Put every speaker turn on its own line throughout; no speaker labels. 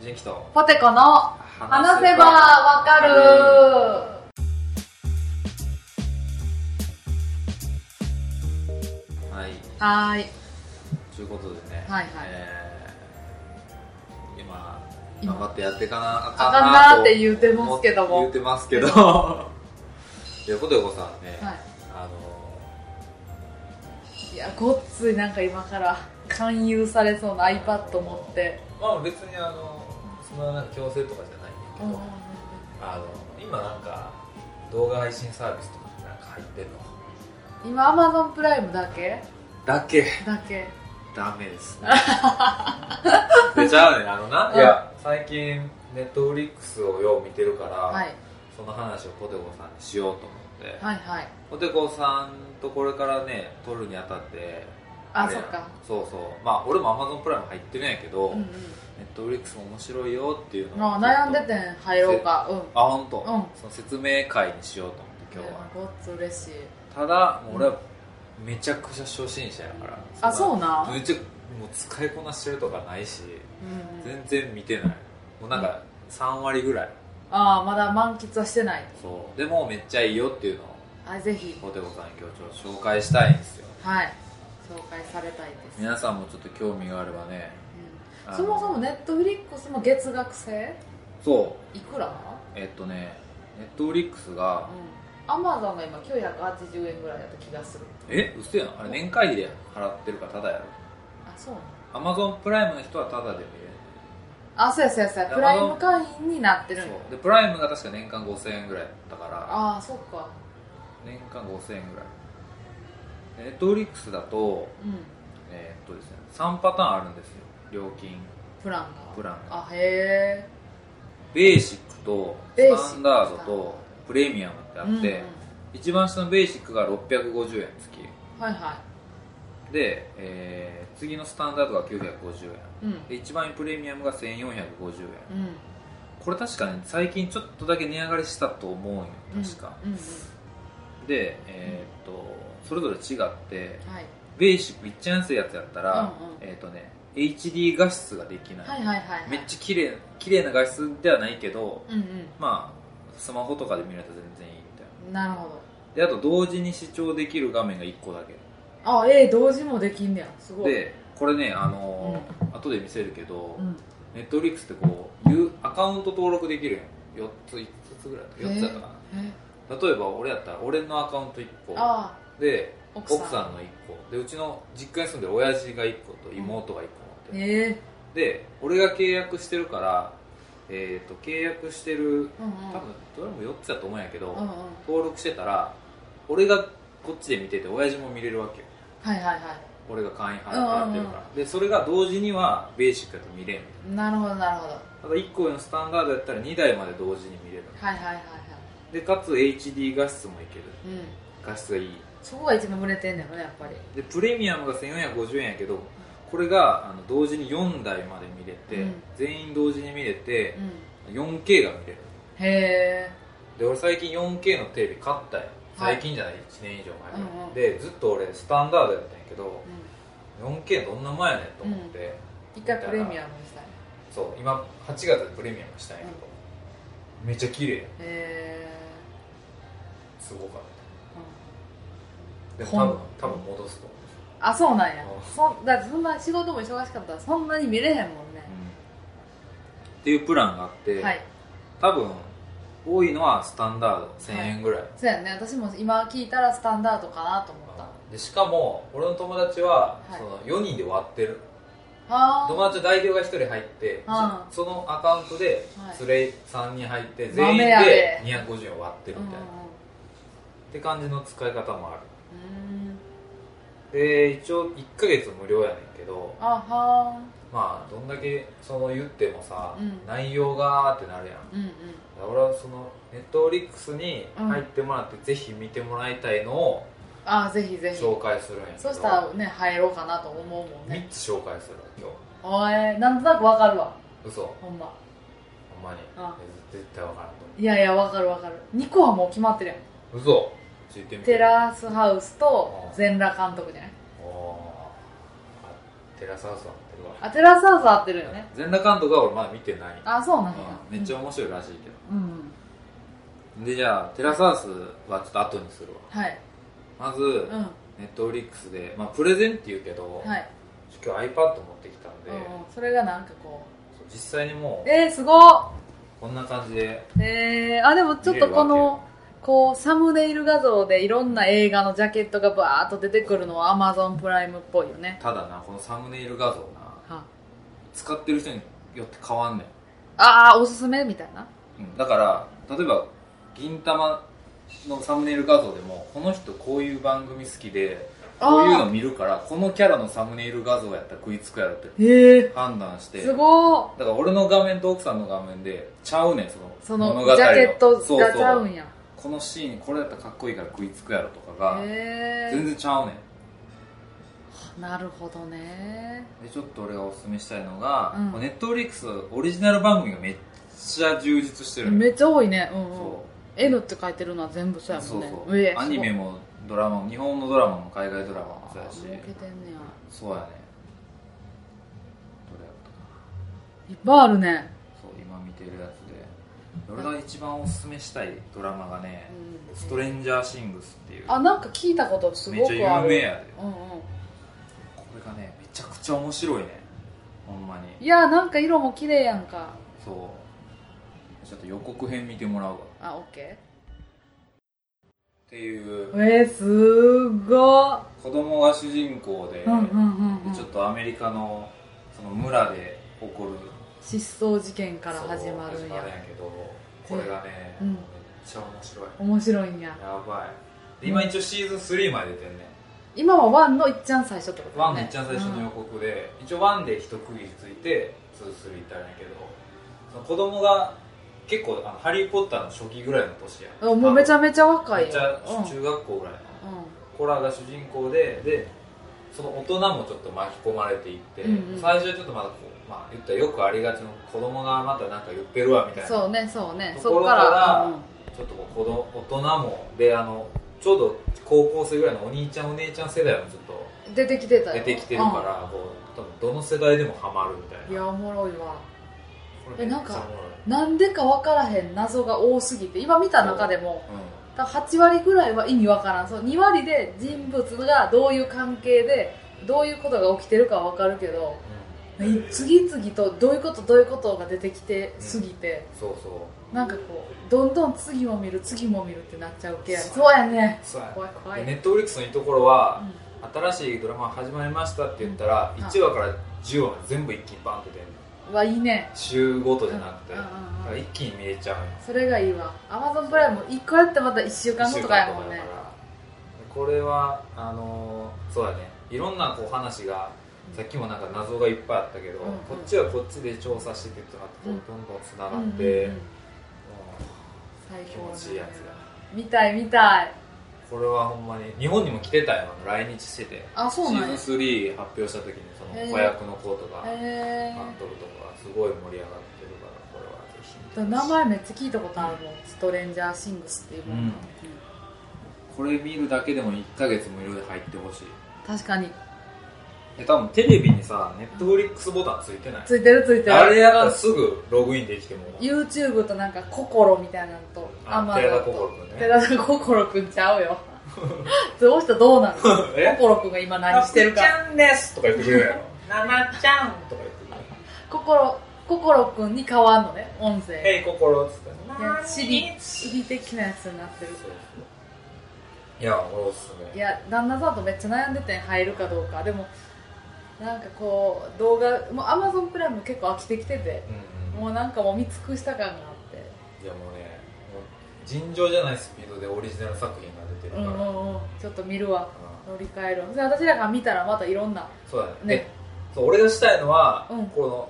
ジンキと
ポテコの話せばわかる
はい
はーい
ということでね、
はいはい
えー今
今
頑張ってやっていかなあ
あかんなー
と
って言うてますけども
言うてます けどいやポテコさんね、
は
あの
い、いやごっついなんか今から勧誘されそうな iPad 持って
まあ別にあのそんななんか強制とかじゃないんだけど、あの今なんか動画配信サービスとかなんか入ってんの
今 Amazon プライムだけ
だけ
だけ
ダメですね でちゃうねあのな、
うん
いや最近ネットフリックスをよう見てるから、
はい
その話をポテコさんにしようと思って、
はいはい
ポテコさんとこれからね撮るにあたって
あ
れ
そ
や
っか
そうそうまあ俺も Amazon プライム入ってるんやけど、
うん
ネットフリックスも面白いよっていう
う
の
ん
を
まあ悩んでて
ちょっ
ん入ろうかうん
とあ本当、
うん
その説明会にしようと思って今日は、
ごっつ嬉しい
ただもう俺はめちゃくちゃ初心者やから
あそう
な
な
めっちゃもう使いこなしてるとかないし
うん
全然見てないもうなんか3割ぐらい
ああまだ満喫はしてない
そうでもめっちゃいいよっていうのを
あぜひ
ポテコさんに今日ちょっと紹介したいんですよ
はい紹介されたいです、
皆さんもちょっと興味があればね
うんそもそも
ね
ネットフリックスも月額制
そ
いくら
うえっとねネットフリックスが
アマゾンが今980円ぐらいだった気がする
えうせやんあれ年会費で払ってるからただやろ
あそうなの
アマゾンプライムの人はただで見
あそうやそうやそうや
で
プライム会員になって
れ
る
る
んや
そうでプライムが確か年間5000円ぐらいだから
ああそっか
年間5000円ぐらいでネットフリックスだと
うん
えーっとですね3パターンあるんですよ料金
プラン
プ
が
ランが
あへ
ベーシックと
ベーシック
スタンダードとプレミアムってあ
え
って、一番下のベーシックが650円付き
はいは
で、えー次のスタンダードが950円
いうん
で一番プレミアムが1450円
うん
これ確かね最近ちょっとだけ値上がりしたと思うんよ
うん
確か、
うんうん
でえーっとそれぞれ違って
はい
ベーシックいっちゃ安いやつやったら、
うんうん
えーっとね HD 画質ができない、
はいはいはいはい
めっちゃ綺麗綺麗な画質ではないけど
うんうん
まあスマホとかで見ると全然いいみたいな
なるほど
であと同時に視聴できる画面が1個だけ
あええ同時もできんねやすごい
でこれね、あのー後で見せるけど、
うん
ネットフリックスってこういうアカウント登録できるやん4つ5つぐらいだった4つだったか
え
な例えば俺やったら俺のアカウント1個
あ
で
あ
奥さんの1個でうちの実家に住んでる親父が1個と妹が1個持ってる、
ええ
で俺が契約してるから、えー、と契約してる
うんうん
多分どれも4つだと思うんやけど、
うんうん
登録してたら俺がこっちで見てて親父も見れるわけよ
はいはいは
俺が会員払ってるから、でそれが同時にはベーシックやと見れん
いなるほどなるほどは
ただ1個のスタンダードやったら2台まで同時に見れる
いはいはいはい
でかつ HD 画質もいける
うん
画質がいい
そこが一番売れてんだよねやっぱり
でプレミアムが1450円やけどこれがあの同時に4台まで見れて、
うん
全員同時に見れて
う、ん
4K が見れる
へえ
で俺最近 4K のテレビ買ったよ
はい
最近じゃない、1年以上前から、
うんうん
でずっと俺スタンダードやったんやけど 4K どんな前やねんと思って、
一回プレミアムにしたい
そう今8月でプレミアムしたんやけど、めっちゃ綺麗
へ
すごかったで
え
も
ほん
多分多分戻すと思う
あそうなんや
うん
そんだってそんな仕事も忙しかったらそんなに見れへんもんね
っていうプランがあって、
はい
多分多いのはスタンダード1000
はい
円ぐらい、
そうやね私も今聞いたらスタンダードかなと思った
でしかも俺の友達は、
はい
その4人で割ってる
ああ
友達の代表が1人入って
あー
そのアカウントで
はい
連れ3人入って全員
豆や
で
で
250円を割ってるみたいな、って感じの使い方もある
うんうん
で一応1ヶ月無料やねんけど
あは
まあどんだけその言ってもさ、
うん
内容がーってなるやん
ーうんうん
俺はそのネットフリックスに入ってもらって、ぜひ見てもらいたいのを
ああぜひぜひ
紹介するんやけど
そしたらね入ろうかなと思うもん
3
ね
つ紹介する今
おいなんとなくわかるわ
日嘘ほ
ほんま
んまに
あ
絶対分からんと
いやいやわかるわかる2個はもう決まってるやん
思う嘘ついてみて
テラスハウスと全裸監督じゃない
おーあテラスハウスはってるわ
あテラスハウス合ってるよね
全裸監督は俺まだ見てない
あそうなんや
うんめっちゃ面白いらしいけど、
うん、うん、
でじゃあテラスハウスはちょっと後にする
はい
わまず、
うん
ネットフリックスで、まあ、プレゼンって言うけど、
はい、
今日 iPad 持ってきたんで、
うんうんそれがなんかこ
そう実際にも
う
う
えー、すご
こんな感じで
っえー、あでもちょっとこのこうサムネイル画像でいろんな映画のジャケットがバーっと出てくるのはアマゾンプライムっぽいよね
ただなこのサムネイル画像な
は
使ってる人によって変わんね、
ああーおすすめみたいなん
うんだから例えば銀玉のサムネイル画像でもこの人こういう番組好きで
あー
こういうの見るからこのキャラのサムネイル画像やったら食いつくやろって
へえ
判断して
すごー
だから俺の画面と奥さんの画面でちゃうねんその
その
物語の
ジャケットがちゃう
そそ
んや
このシーンこれだったらかっこいいから食いつくやろとかが
へ
全
え
然ちゃうねん
なるほどね
でちょっと俺がおすすめしたいのが、
うん
ネットフリックスオリジナル番組がめっちゃ充実してるの
めっちゃ多いねうん、うん
そ、
N って書いてるのは全部
う
そうやも
そ
ん
う
ね
そう、
えー
アニメもドラマも日本のドラマも海外ドラマもそう
あ
やし
ー儲けてんねや
そうやねどれやったか
いっぱいあるね、
なそう今見てるやつで俺が一番おすすめしたいドラマがね「ストレンジャーシングス」っていう
あなんか聞いたことす
めっ
ごく
ちゃ
あ
有
る
名やで
うんうん
これがねめちゃくちゃ面白いねほんま
い
に
やなんか色も綺麗やんか
そうちょっと予告編見てもらうわ
あオッケ
っていう
ーえー、すーごっ
子供が主人公で,、
うんうんうん、うん、
でちょっとアメリカのその村で起こる
失踪事件から始まるん
そう始ま
や
るんやけどこれがね、
うん
めっちゃ面白い
面白いんや
やばいで今一応シーズン3まで出てんね
今はワンのいっちゃん最初ってこと
ワ
だ
ン
ね
の一番最初の予告で、一応ワンで一区切りついて2、3いったんやけどその子供が結構あのハリー・ポッターの初期ぐらいの年や
うんもうめちゃ
め
めちゃ若い
めっちゃ中学校ぐらいの、コラが主人公ででその大人もちょっと巻き込まれていって、
うんうん
最初はちょっとまだこう、まあ、言ったらよくありがちの子供がまたなんか言ってるわみた
う
い
ん、
な
そうねそうね
ところ
そっ
か
からら、うん
ちょっとこう子供大人もであのちょうど高校生ぐらいのお兄ちゃんお姉ちゃん世代もちょっと
出てきてた
出
よ
てきてるか、ら、こう多分どの世代でもハマるみたい
うんい
な
やおもろいわ
これめっちゃおもろい
えなんかなんでか分からへん謎が多すぎて今見た中でも
う
多分8割ぐらいは意味分からんそう2割で人物がどういう関係でどういうことが起きてるかは分かるけど
んうん
次々とどういうことどういうことが出てきてすぎて、
そうそう
なんかこうどんどん次も見る次も見るってなっちゃうけや
そ
そううやね
そうや
怖い怖
で
い、
ネットフリックスのいいところは
う、ん
新しいドラマ始まりましたって言ったら、
うん
1話から10話まで全部一気にバンって出るの
うわいいね
週ごとじゃなくて、
うんうんうんうん
だから一気に見れちゃうの
それがいいわアマゾンプライム1個やってまた1週間後とかやもん
一週間とかだ
ね
からこれはあのーそうだねいろんなこう話がさっきもなんか謎がいっぱいあったけど、
うんうん
こっちはこっちで調査しててとかってこう
うん
どんどんつな
う
が
んうんう
っ
ん
て、も
最
う気
高
持ちいいやつだ
見たい見たい
これはほんまに日本にも来てたよ来日してて
あそうなんや
シーズン3発表した時にそ
へ
の
ー
子役の子とか、
へ
監
え
督とかすごい盛り上がってるからこれはぜひ見てほしい
名前めっちゃ聞いたことあるもん、ストレンジャーシングスっていうもの、
うんこれ見るだけでも1ヶ月無料で入ってほしい
確かに
え多分テレビにさネットフリックスボタンついてない
ついてるついてる
あれやったらすぐログインできても
YouTube となんか心みたいなのと
あ
Amazon
寺田心君ね
寺田心くんちゃう よどうしたどうなの
え
心くんが今何してるか
ゃんですとか言ってくれるやろななちゃんとか言ってくれる
心心くんに変わんのね音声
えい心っつって
いやシリ
そう
シリ的なやつになってる
そういや俺おすす
い
め
や旦那さんとめっちゃ悩んでて入るかどうかでもなんかこう動画もう Amazon プライム結構飽きてきてて
うんうん
もうなんかもう見尽くした感があって
いやもうねもう尋常じゃないスピードでオリジナル作品が出てる
う
から、
ん
うん
うんうんちょっと見るわ乗り換えるわで私らが見たらまたいろんな
そうだね
ね
でそう俺がしたいのは、
うん
この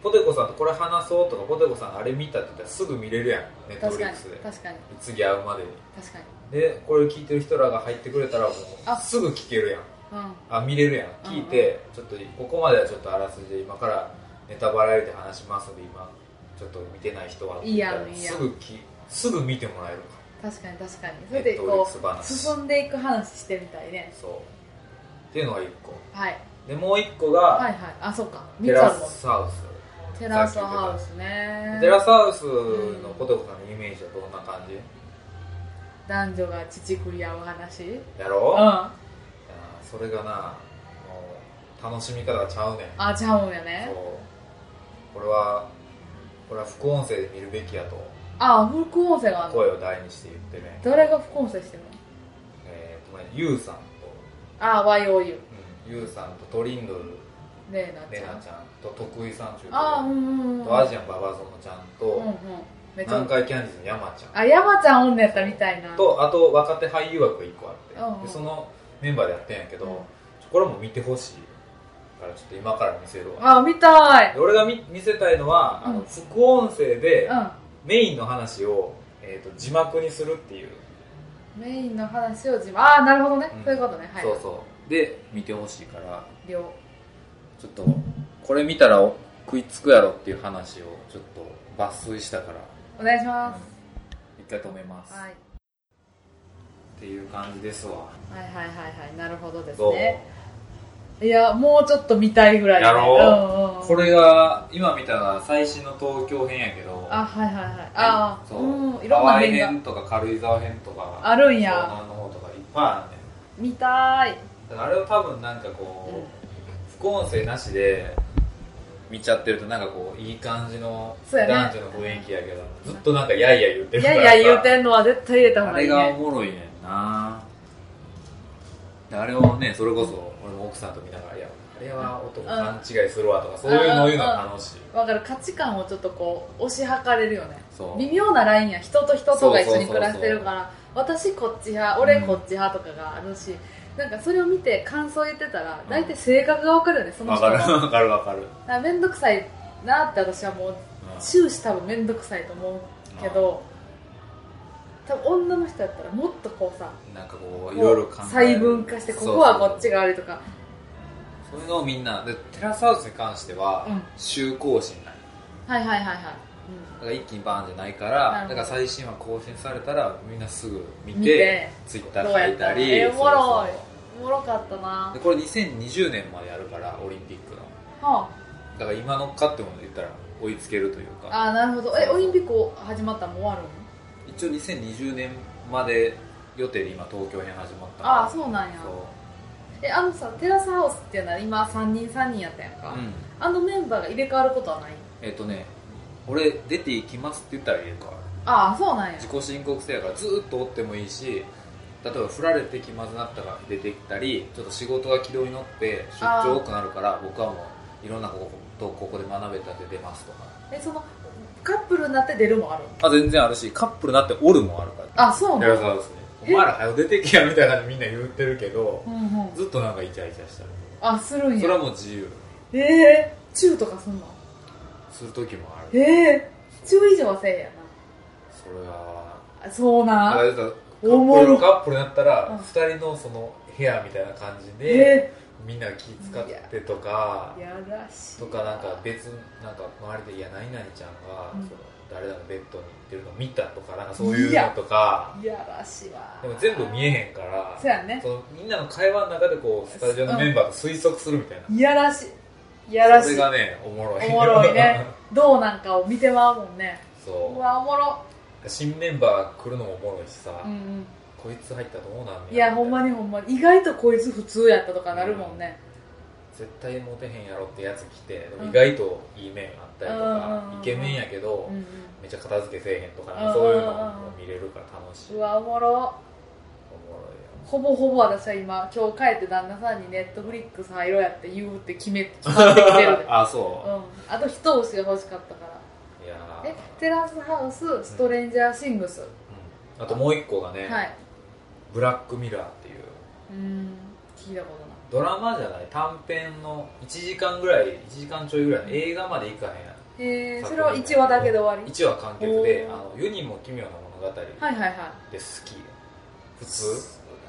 ポテコさんとこれ話そうとかポテコさんがあれ見たって言ったらすぐ見れるやんネット
確
フリッ
かに
クスで
確かに
次会うまでに
確かに
でこれ聞いてる人らが入ってくれたらもう
あ
すぐ聞けるやん
うん
あ見れるやん聞いて、ちょっとここまではちょっとあらすじで今からネタバラエで話しますんで今ちょっと見てない人はって言ったら
いいやんいいやん
すぐきすぐ見てもらえるか
確かに確かにそ
ら
れで
ネットフリッ
こ
クス
う
話
進んでいく話してみたいね
そうっていうのが1個
はい
でもう一個
はい
が
はいあそうか
テ
三つあ
ラ
るもん
スハウス、
テラスハウスね
テラスハウスのポテコさんのイメージはどんな感じ
男女が乳くり合う話うん
やろいや
あ
それがなもう楽しみ方がちゃうねん
ちゃうんや
そう
ね
これはこれは副音声で見るべきやと
あ副音声があるの
声を大にして言ってね
誰が副音声してるの
えーとねゆうさんと、
あ YOU
うん、ゆうさんとトリンドル
レイナ
レ
ちゃ
ナ
ん
ちゃんと徳井さんちゅう
あうんうんうん
とアジアンババゾノちゃん
うんうん
と
めっちゃ
南海キャンディーズの山ちゃ
あ山ちゃんおんねやったみたいなん
とあと若手俳優枠が1個あ
うん
っ
うん
てでそのメンバーでやってんやけど
うん
ちょこれも見てほしいからちょっと今から見せるわ
あ見たい
で俺が見見せたいのはあ
う
の
ん
副音声で
う
メインの話をえーと字幕にするっていう
んメインの話を自分ああなるほどね
うん
そういうことねはい
そうそうで見てほしいから
了
ちょっとこれ見たら食いつくやろっていう話をちょっと抜粋したから
お願いしま
一回止めます
すはい
っていう感じですわ
はいはいはいはいなるほどです
どう
ねいやもうちょっと見たいぐらい
やろ
うんうん
これが今見たら最新の東京編やけど
あはいはいはいああ
そうう、
んいろん
ハ
な
ワイ
面が
編とか軽井沢編とか
あるん
湘
や
南の方とかいっぱいあるね
見たい
だからあれを多分なんかこう、
うん
副音声なしで見ちゃってるとなんかこういい感じの
そう
男
やね
女の雰囲気やけどずっとなんかやいやい言って
い
るか
や
ら
いや言う
る
てんのは絶対入れた方
あ
がい
れ
い
がお
ね
もろいねんなであれをねそれこそ俺も奥さんと見ながらいやあれは男勘違いするわとかそういうのを言うのが楽しい
わかる価値観をちょっとこう押し量れるよね
そう
微妙なラインや人と人とが一緒に
そうそうそうそう
暮らしてるから私こっち派俺こっち派とかがあるし、なんかそれを見て感想言ってたら
うん
大体性格がわかるよねその
わ
人
か
の
る
だ か
わかるわかる、
ら面倒くさいなって私はもう終始多分面倒くさいと思うけど多分女の人やったらもっとこうさ
うんなんかこういろいろ考える
細分化してここはこっちが悪いとか
そうそうそういうのをみんなでテラスハウスに関しては
うん
週更新ない
はいはいはいはい、
だから一気にバーンじゃないか
な
ら
る
だ
ほど
から最新話更新されたらみんなすぐ見て
見て
ツイッ
う
タ
ん、
ー
どう
書
や
い
った
た
ら
り
えおも
そ
ろ
うそう
いおもろかったなは
でこれ2020年までやるからオリンピックの
あ
だから今乗っかっても言ったら追いつけるというか
あーなるほどえオリンピック始まったらもう終わるの
一応2020年まで予定で今東京編始まったから
ああそうなんや
そう
えあのさテラスハウスっていうのは今3人3人やったやんか、
うん
あのメンバーが入れ替わることはない
えっ、とね俺出ていきますって言ったら入れ替わる
ああそうなんや
自己申告制やからずーっとおってもいいし例えば振られて気まずなったから出てきたりちょっと仕事が軌道に乗って出張多くなるから僕はもういろんなことここで学べたって出ますとか
えそのカップルになって出るもある
あ全然あるしカップルなっておるもあるから
あそう
テ
な
ラ
んや
スハウスにお前ら早出てけやみたいな感じでみんな言ってるけど
うんうん
ずっとなんかイチャイチャしたり
あするん
それは
や
もう自由
ええー、チューとかすんの
する時もある
ええー、チュー以上はせえや
それは
なあそう
だか
なん
らカッ
おも
プ
ろ
ルカップルになった
うん
ら2人のその部屋みたいな感じで
え
みんな気使ってとか
ー、やらしい
とかなんか別なんか周りで「いや何々ちゃんが、
うん
その誰々のベッドに行ってるの見た」とかなんかそういうのとか
いやらしいわ
でも全部見え
へん
へんから
そうやね
そのみんなの会話の中でこうスタジオのメンバーが推測するみたいな、
いやらしいいやら
そ
し
れ
い
がねおもろい
おもろいねどうなんかを見てまうもんねう
そ
わおもろ
う新メンバー来るのもおもろいしさ、
うんうん
こいつ入ったらどうなんね
いやほんまにほんまに意外とこいつ普通やったとかなるもんね、
絶対モテへんやろってやつ来てでも
うん
意外といい面あったりと
うんうん
か、
うん
イケメンやけど、
うんうん
めっちゃ片付けせえへんとか、
うん
そういうのも見れるから楽しい、
うわおもろ
おもろいよ
ほぼほぼ私は今今日帰って旦那さんにネットフリックス入ろうやって言うって決め決まってき てるで
あそ
うんあと一押しが欲しかったから
う、いやー
えテラスハウスストレンジャーシングス、
うんあともう一個がね、
はい
ブラックミラーっていう
うーん聞いたことない
ドラマじゃない短編の1時間ぐらい1時間ちょいぐらいの映画までいかへん
えー、それは1話だけで終わり
1話完結で「
お
あ
ー
の世にも奇妙な物語」で好
はいはいは
き
い
普通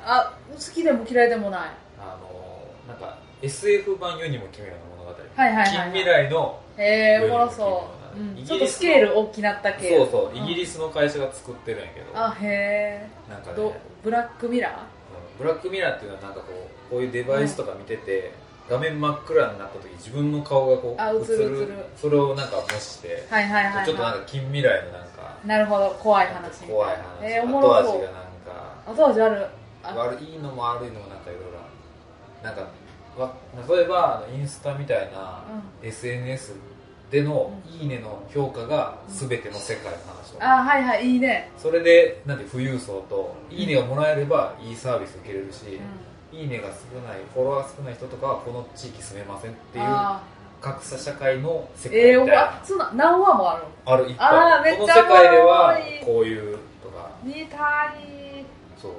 あ好きでも嫌いでもない
あのなんか SF 版世にも奇妙な物語、
はいはいはい
近未来の
へ
どうい
えお
う
も
の
ろそう、
聞いたことない
うん
イギリスの
ちょっとスケール大きなった系
そうそうイギ
ス
リスの会社が作ってるんやけど、
あへ
なんか
え
ね
どブラックミラー
ブラックミラーっていうのはなんかこうこういうデバイスとか見てて、画面真っ暗になった時自分の顔がこ
あ
う
映る映る
それをなんか模して、
はいはいはい、はい、
ちょっとなんか近未来のなんか
なるほど怖い話
怖い話、
えー、おも
後
ろ
味
そ
が
う
なんか
後味あるあ
悪いのも悪いのもなんかいろいろあるなんかわ例えばあのインスタみたいな
う
SNS での「いいね」の評価が全ての世界の話とか、
あはいはいいいね、
それでなんて富裕層と「いいね」がもらえればいいサービス受けれるし、
うん、
いいねが少ないフォロワー少ない人とかはこの地域住めませんっていう
あ
格差社会の世
ー
界
えー、
み
お
たいな、
わそんな何話もある
あるいっぱい
あーめっ
この
ち
世界
ゃおもろい
ではこういうとか
見たい
そう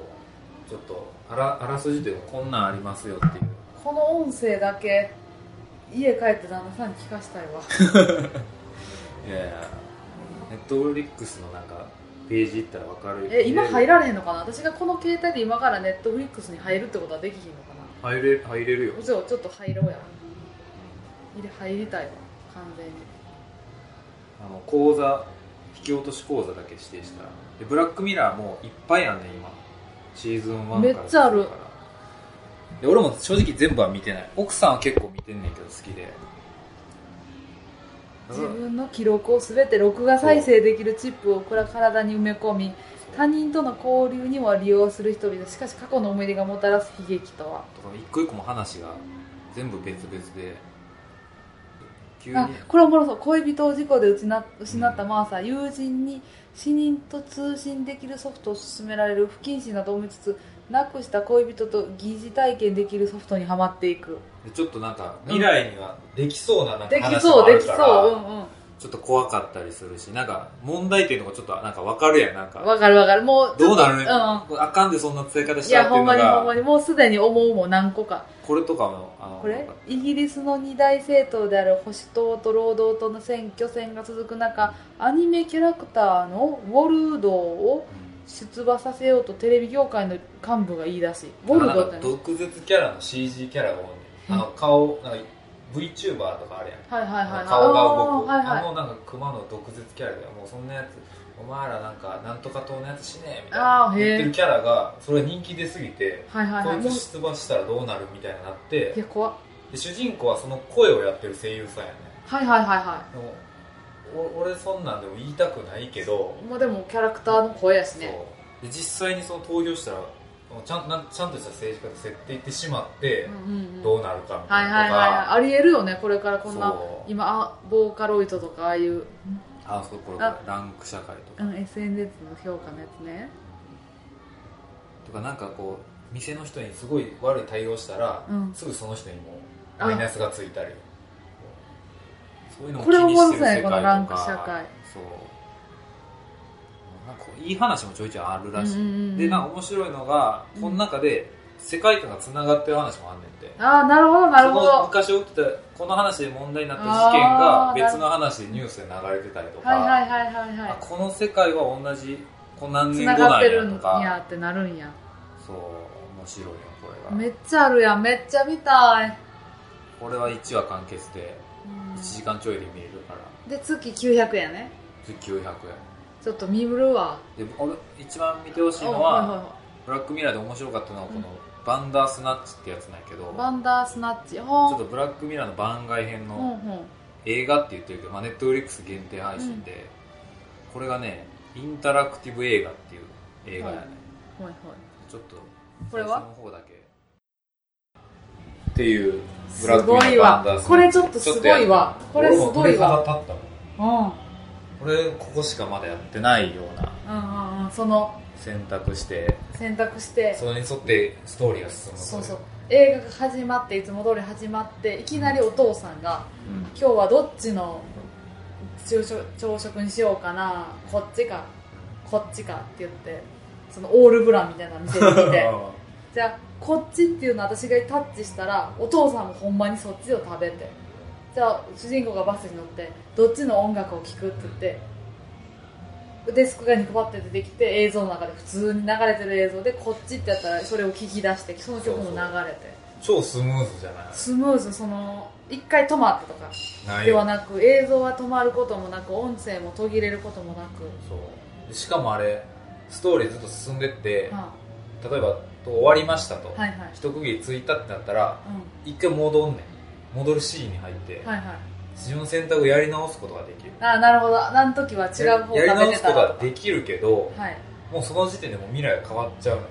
ちょっとあらあらすじというかこんなんありますよっていう
この音声だけ家帰って旦那さんに聞かしたいわ
いやいやネットフリックスのなんかページ行ったらわかる
え今入られへ
ん
んのかな私がこの携帯で今からネットフリックスに入るってことはできひんのかな
入れ入れるよ
うちょちょっと入ろうや入れ入りたいわ完全に
あの講座引き落とし講座だけ指定したらでブラックミラーもいっぱいあんねん今シーズン1から
めっちゃある
で俺も正直全部は見てない奥さんは結構見てんねんけど好きで
自分の記録を全て録画再生できるチップを体に埋め込み他人との交流にも利用する人々しかし過去の思い出がもたらす悲劇とは
とか一個一個も話が全部別々で急に
あこれおもろそう恋人を事故で失っ失ったマーサー友人に死人と通信できるソフトを勧められる不謹慎などを見つつなくした恋人と疑似体験できるソフトにはまっていく
でちょっとなんか未来にはできそうななんか
でき
話
そ
も
う
あ
で
る
き
か
そう
ら
うんうん
ちょっと怖かったりするしなんか問題点とかちょっとなんか分かるやんなんか
わかるわかるもうち
ど
ょ
う
っと
なる、
うん
あかんでそんな使い方し
い
た
や
ってい
ほ
うんの
まにほんま
が
にもうすでに思うも何個か
これとかのあの
これ
なんか
イギリスの二大政党である保守党と労働党の選挙戦が続く中アニメキャラクターのウォルドーを
うん
出馬させようとテレビ業界の幹部が言い出しウォルド
なん
ー
か
って
毒舌キャラの CG キャラが多いねあの顔なんか VTuber とかあるやん
はいはいはいはい
顔が動く、
あーはいはい
あのなんか熊の毒舌キャラでもうそんなやつお前らなんかなんとか党のやつしねえみたい
あ
な
ーへー
言ってるキャラがそれ人気出すぎて
はいはいはい
こ
も
いうつ出馬したらどうなるみたいになっ
い
て
や怖っ
で主人公はその声をやってる声優さんやね
はいはいはいは
でもお俺そんなんでも言いたくないけど、
いもうでもキャラクターの声やし
そうで
ね
実際にその投票したらちゃんなんちゃんとした政治家と設定ってしまっ
う
て
んうんうん
どうなるかみ
は
た
い
い
は
ないの
はい
が
ありえるよねこれからこんな
そう
今あボーカロイドとかああいう、
あそうこれ
あ
ランク社会とか
うん、SNS の評価のやつね
とかなんかこう店の人にすごい悪い対応したら、
うん
すぐその人にも
あ
マイナスがついたりそういうのも
これ
気にしてる
おもろそうやね
世界と
こ
か
のランク社会
そうなんかこういい話もちょいちょいあるらしい、
うんうんうんうん
でなんか面白いのが
うん
この中で世界観がつながってる話もあんねんて
ああなるほどなるほ
その
ど
昔起きたこの話で問題になった事件
あ
が
ーなる
別の話でニュースで流れてたりとか、
はいはいはいはい
あ
は
この世界は同じこう何
いつ
年
な
後
が
な
っ
ん
てる
や
ん
とか
やってなるんや
そう面白いよこれが
めっちゃあるやんめっちゃ見たい、
これは1話完結で
うん
1時間ちょいで見れるから
で月900やね
月900円
ちょっと見るわ
で俺一番見てほしいの
あはい
は
は
ブラックミラーで面白かったのはこの
う
バンダースナッチってやつなんやけど
い
ち
バンダースナッチ
ょっ
ほ
とブラックミラーの番外編
うほう
の
ほ
映画って言ってるけどまあネットフリックス限定配信でこれがねインタラクティブ映画っていう映画やね
うはいはい
ちょっと
これは
最初の方だけっていう
す
ブラックミ
ご
ラー
い
のバンダースナッ
わ
チ
これちょっとすごいわこれすごいわ
立ったもん
うんうん
これここしかまだやってないような
うんうんその
選択して
選択して
それに沿ってストーリーが進むとい
そうそう映画が始まっていつも通り始まっていきなりお父さんが
うん
今日はどっちの昼食朝食にしようかなこっちかこっちかって言ってそのオールブランみたいな店に行ってじゃあこっちっていうの私がタッチしたらお父さんもほんまにそっちを食べてじゃあ主人公がバスに乗ってどっちの音楽を聴くって言ってデスクが2個パって出てきて映像の中で普通に流れてる映像でこっちってやったらそれを聞き出してその曲も流れて
超スムーズじゃない
スムーズその1回止まってとか
ない
では
よ
なく映像は止まることもなく音声も途切れることもなく、
そうしかもあれストーリーずっと進んでって
ま
例えばと終わりましたと、
はいはい、
一区切りついたってなったら
う
一回戻んねん戻るシーンに入って
ん、はいはい
自分の選択をやり直すことができる
あなるほどあの時は違う方
やり
食
直
べて
す
た
こと
ら
が
と
できるけど
かはい
もうその時点でもう未来が変わっちゃうのよ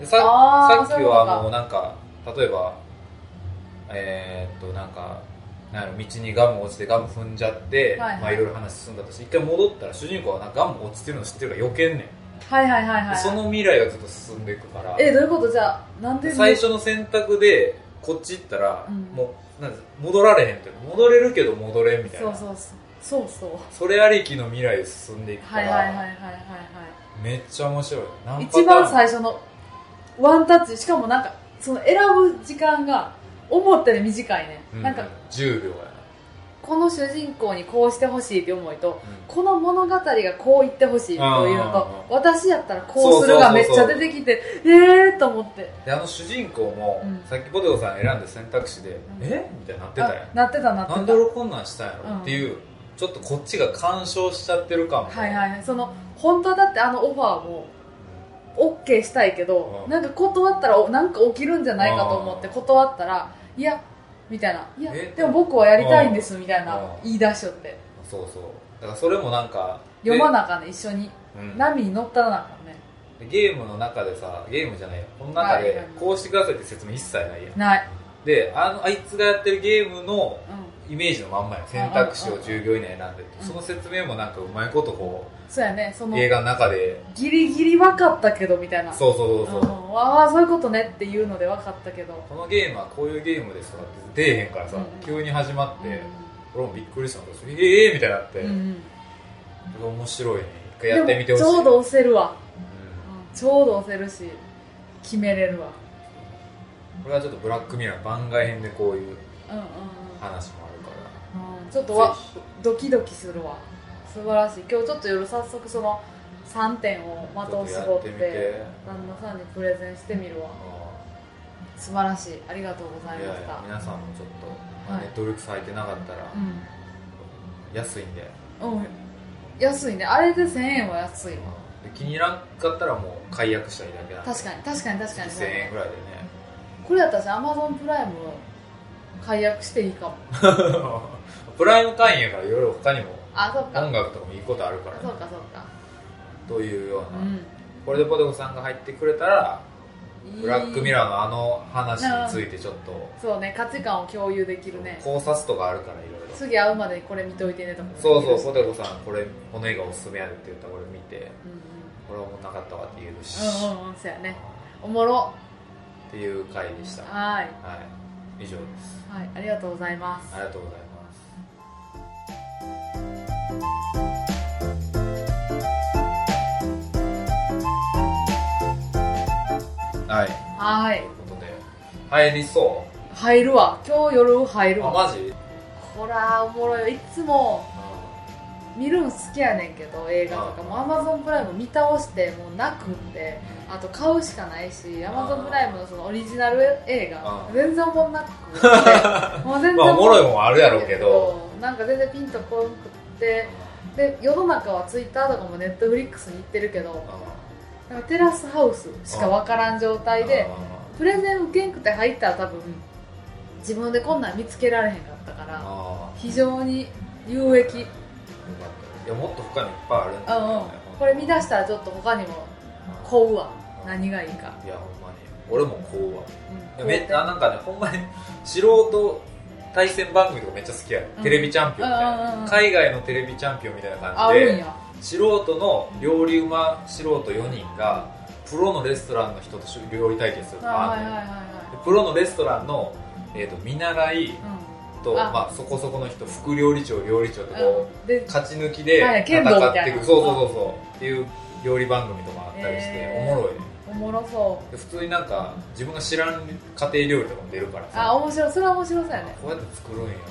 でさ
あー
さっ
そう
き
いうことか
はもうなんか例えばえーっとなんかなんやろ道にガム落ちてガム踏んじゃって、
はいはい
まあいろいろ話進んだとして一回戻ったら主人公はなんかガム落ちてるの知ってるから避けんねん、で
はいはいはいはい
その未来がずっと進んでいくから
えどういうことじゃあなんで
最初の選択でこっち行ったら、
うん
もうなんか戻られへんというか戻れるけど戻れんみたい
そ
な
うそうそうそうそう
それありきの未来で進んでいくか
はい
ら、
はいはいはいはい
めっちゃ面白い
はい
何パター
一
ン
番最初のワンタッチしかもなんかその選ぶ時間が思ったより短いね、
う
なんか
10秒やな
この主人公にこうしてほしいという思い
う
と
ん
この物語がこう言ってほしいというのと
う
私やったらこうするがめっちゃ出てきてえーっと思って
であの主人公も、
うん
さっきポテコさん選んだ選択肢で、
ん
えみたいになってたや
あなってたなって
ん
た
なんで俺こんなんしたんやろ、
うん
っていうちょっとこっちが干渉しちゃってるかも、
はいはいはいその本当はだってあのオファーも OK したいけど、
うん
なんか断ったらおなんか起きるんじゃないかと思って
うん
断ったらいやみたいないや
え
でも僕はやりたいんですみたいな
うん
言い出しよって
そうそうだからそれもなんか
読ま
な、
なあかんね一緒に
うん
波に乗ったらなあかんね
でゲームの中でさゲームじゃないよこの中
はいは
で
い
こうしてくださいって説明一切ないやん
ない、
であのあいつがやってるゲームの
うん、
イメージのまんまやん選択肢
うん
を
うんうん
10秒以内に選んで
うん
その説明もなんかうまいことこ
そうやねそうの
映画の中で
ギリギリ分かったけどみたいな
そうそうそうそう
うんああそういうことねっていうので分かったけど、
このゲームはこういうゲームですとかって出えへんからさ
うん
急に始まっ
う
て
ん
俺もびっくりしたんだしええーみたいになって
うん、
これ面白いね一回やってみてほしい
でもちょうど押せるわ、
うん
うんちょうど押せるし決めれるわ
これはちょっとブラックミラーの番外編でこういう
うんうん
話もあるから
うん、うん、ちょっとわ
ぜひ
ドキドキするわ素晴らしい今日ちょっと夜早速その3点を的を
ちょっ
絞
と
って
やってみて
旦那さんにプレゼンしてみるわ
うん
素晴らしいありがとうござい
いや
ま
い
し
や
た
皆さんもちょっと、まあ
はい
ネットフリックス入ってなかったら安いんで,、
うん、うん、安いねあれで1000円は安いわ
で気に入らんかったらもう解約したらいいだけなんで
確かに確かに確かに
1000円ぐらいでね
これだったらアマゾンプライム解約していいかも
プライム会員やからいろいろ他にも
あそっか
音楽とかもいいことあるからね
そうかそうか
というよう
う
な、
ん
これでポテコさんが入ってくれたらブラックミ
ー
ラーのあの話についてちょっと
そうね価値観を共有できるね
考察とかあるからいろいろ
次会うまでにこれ見といてねとかもできるし
そうそうポテコさんこれこの映画おすすめやでって言ったら俺見て
うん
これはもうなかったわって言うし、
うんうんうんうんそうやねおもろ
っていう回でしたは
はい
い以上です
はいありがとうございます
ありがとうございます。はい、
はい
ということで、入りそ
入るわ今日夜入
う。
る
あ、
わ
マジ
こらおもろいいつも見るん好きやねんけど映画とかもアマゾンプライム見倒してもうなくってあと買うしかないしアマゾンプライムのそのオリジナル映画
うん
全然おもんなく ってもう全
まあ、おもろい
ん
もんあるやろうけど。
なんか全然ピンとこんくってで世の中はツイッターとかもネットフリックスに行ってるけどなんかテラスハウスしかわからん状態でプレゼン受けんくて入ったら多分自分でこんなん見つけられへんかったから
あ
非常に有益
いや、もっと他にいっぱいあるん
う
だ
んうんこれ見出したらちょっと他にも買うわ何がいいか、
いや、ほんまに。俺もこうは。
うん、
め
買うて
なんかね、ほんまに素人対戦番組とかめっちゃ好きや、
うん
テレビチャンピオンみたい
うんうんう
な、
ん
海外のテレビチャンピオンみたいな
あ
感
合
じ
うん
で
や
素人の料理うま素人4人がプロのレストランの人と料理対決すると
あ
かあ
は
ん
い
ね
は
ん
いはい
で
は
プロのレストランの、えー、と見習いと
あ
まあ、そこそこの人副料理長料理長って
いうん
こ
うんで
う勝ち抜きで
はい
戦
剣道みた
って
い
い
な
くそうそうそうそうっていう料理番組とかあったりして、
へー
おもろいね
おもろそ
で普通になんか自分が知らん家庭料理とかも出るから
うあ
さ
面白いそれは面白そうやね、
こうやって作るんやとか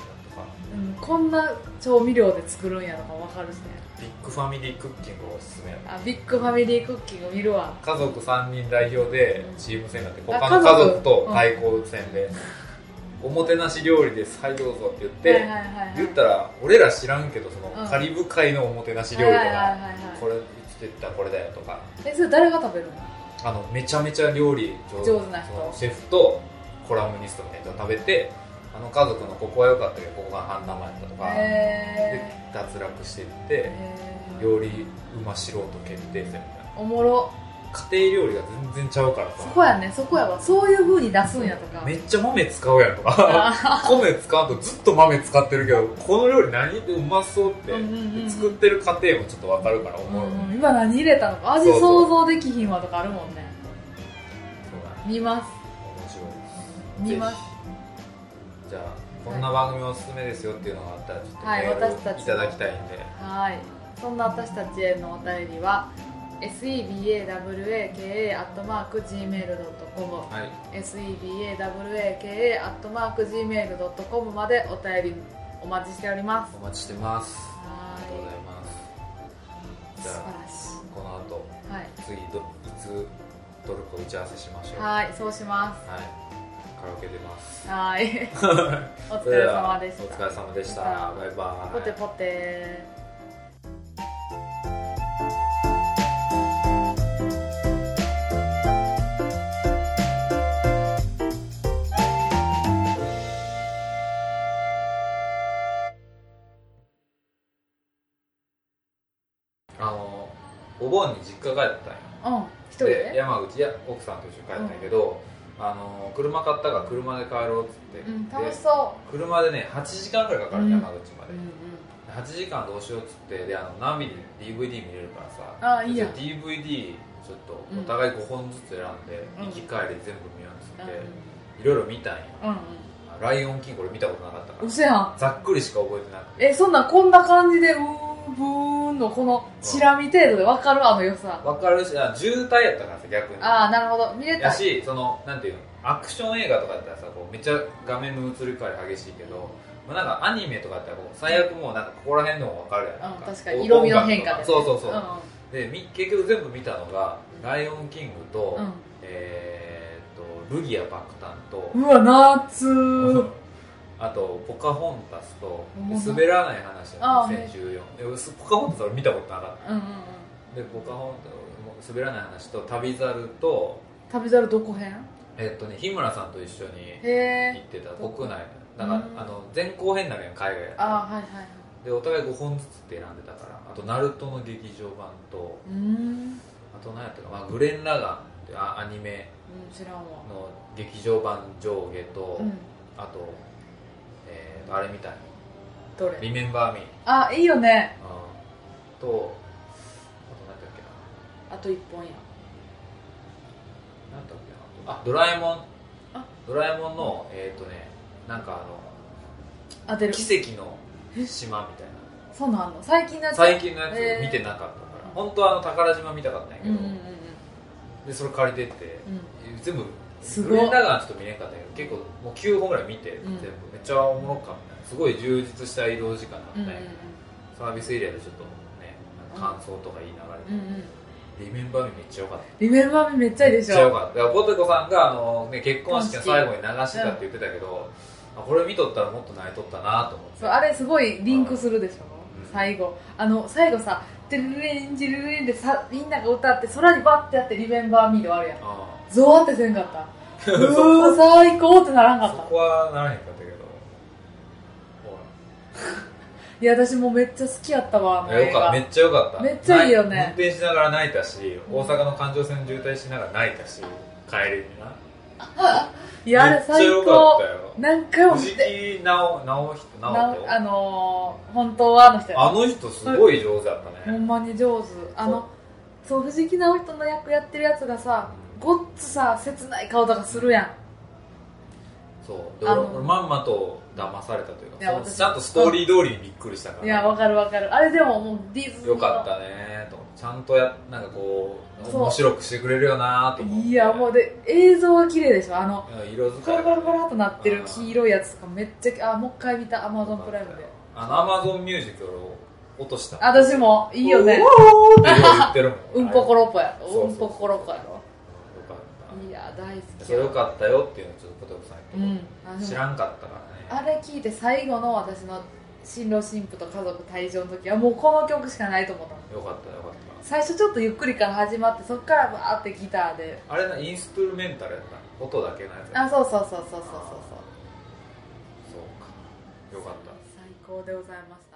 うん、こんな調味料で作るんやとかわかるしね
ビッグファミリークッキングがおすすめや
あビッグファミリークッキング見るわ
家族3人代表でチーム戦があって
あ
他の
家
家
族
族と対抗戦で、おもてなし料理ですはいどうぞって言って、
はいはいはいはい
言ったら俺ら知らんけどその、
うん
カリブ海のおもてなし料理とか、
はいはいはいはい
これ言ってたらこれだよとか
えそれ誰が食べるの
あのめちゃめちゃ料理
上手な人
そのシェフとコラムニストみたいな人と食べてあの家族のここは良かったけどここが半生やったとか、で
へ
脱落していって
え
料理うま素人決定戦みたいな
おもろ
家庭料理が全然ちゃうから
そ
さ
こやねそこやわそういう風に出すんやとか
めっちゃ豆使うやんと か
あ
米使うとずっと豆使ってるけどこの料理何ってうまそうって、
うんうんうん
で作ってる過程もちょっと分かるから
ー
思う、
うんうん今何入れたのか
そ
味
うそう
想像できひんわとかあるもんね
そうだね
見ます
面白いです
見ます
ぜひじゃあこんな番組おすすめですよっていうのがあったらちょっと
はい
メ
私
ー
た
ル
ち
いただきたいんで、
はい。そんな私たちへのお便りは sebawaka.gmail.com
はい、
sebawaka.gmail.com までお便りお待ちしております。
お待ちしてますありがとうございますじ
はい。
ゃ
素晴
あ
らし
この後
い。はい。
次どいつトルコ打ち合わせしましょう
はい、そうし
は
ま
い、カラオケ出ます
す。はい。 お疲
それ
れ
で
様
は
でし
お
た。
疲れ様でしたバイバ
ポ
イ
テポテ。
あのお盆に実家帰ったんよ
うん、一人
で
で。
山口や奥さんと一緒に帰ったんやけど、あの車買ったから車で帰ろうっつって、
うん、
で
楽しそ
車でね8時間ぐらいかかる、
うん
山口ま
う。
で、
うんうん。
8時間どうしようっつってであのナビで DVD 見れるからさ
あいいや
で DVD ちょっとお互い5本ずつ選んで、
うん
行き帰り全部見ようっつって、
う
いろいろ見たんよ
んうん。
「ライオンキング」これ見たことなかったか
う
ら
せやん。
ざっくりしか覚えてなくて
えそんなんこんな感じでうーんブーンのこのチラ見程度で分かるあの良さ
わかるしあ渋滞やったからさ逆に
ああなるほど見れた
やしそのなんていうのアクション映画とかやったらさこうめっちゃ画面の移り変わり激しいけど、まあ、なんかアニメとかやったらこう最悪もうなんかここら辺のも分かるやんなん
うん、確かに色味の変化で、
音楽とかそうそうそう、
う
でみ結局全部見たのが「ライオンキングと」
ん、
えーっと「ルギア爆誕」と
うん、うわ夏ー
あと「ポカホンタスと」
うん
で滑らない話」
あ
の
あ
2014で俺すポカホンタス俺見たことなかっ
うんうんうん
たで「ポカホンタス」「滑らない話」と「旅猿」と
旅猿どこ編
えーっとね日村さんと一緒に
へ
行
え
ってた
どこ
国内だから、
うん
あの前後編になるやん海外やったら
ああはいはいはい
でお互い5本ずつって選んでたからあと「ナルトの劇場版と
うーん
あと何やったか、まあ、グレン・ラガンってあアニメ
うん知らんわ
の劇場版上下と、
うん
あと,、えーとあれみたい「
どれ
リメンバー・ミー」
あいいよね
とあと何だっけな
あと一本や
何だっけなあドラえもん
あ
ドラえもんのえっ、とねなんかあの
当てる
奇跡の島みたいな
そうなんの最近のやつ
最近のや
え
つ
ー
見てなかったから、本当はあの宝島見たかったんやけ
うん
ど、
うんうんうん
でそれ借りてって、
うん
全部
すごい
グレン・ラガンちょっと見れんかったけど結構もう9本ぐらい見て、
ん
全部めっちゃおもろかったすごい充実した移動時間だった
うんん
やけど、サービスエリアでちょっとね感想とか言いながら、
うんうんうん
リメンバーミーめっちゃ良かった
リメンバーミーめっちゃいいでし
めっちゃ良
ょ
かっただからポテコさんがあの、ね、結婚式の最後に流してたって言ってたけど、あこれ見とったらもっと泣いとったなと思って
そうあれすごいリンクするでしょ、
ん
最後あの最後さ「テルレンジルレン」でさみんなが歌って空にバッてやって「リメンバー・ミー」で終わるやん
あ
ゾワってせんかった う
そこ
ー最高ってならんか
あ
っ
そ
た
こはならへんかったけどほ
いや私もうめっちゃ好きやったわあの
ら
映
よかった
画
めっちゃ良かった
めっちゃいいよね
な運転しながら泣いたし大阪の環状線渋滞しながら泣いたし帰りにない
やあ
め
れ
っちゃ
最
良かっ
高
たよ
何回も見
藤
て
木直直人
な
直人
あのー、本当はあの人や
あの人すごい上手だったね、
ほんまに上手あのそう藤木直人の役やってるやつがさごっつさ切ない顔とかするやん
そうで
あ
俺
の
俺まんまと騙されたというか
いや
その
私
ちゃんとストーリー通りにびっくりしたから
いや、わかるわかる。あれでももうディズニーの
よかったねと思ってちゃんとやなんかこう
そう
面白くしてくれるよなと思ってい
いや、もうで、映像は綺麗でしょ。あの、
色使
コ
い
ロコロコロっとなってる
あー
黄色いやつとかめっちゃ、あ、もう一回見た、アマゾンプライムで。
あのアマゾンミュージックを落とした
私も、いいよね。
おーって言ってるも
うんんぽこ
ろ
ろぽや。
そうそう
うんぽころぽやろ。
よかっ
いや、大好
た
き
それよかったよっていうのをちょっと小手さん
う
言っ
ん
て。
あ
た知
の
らんかったからね
あれ聞いて最後の私の新郎新婦と家族退場の時はもうこの曲しかないと思ったの
よかったよかっ
最初ちょっとゆっくりから始まってそっからバーってギターで
たあれなインストゥルメンタルやった音だけのやつや
あそうそうそうそうそうそうそ
そう
う
かよかった
最高でございました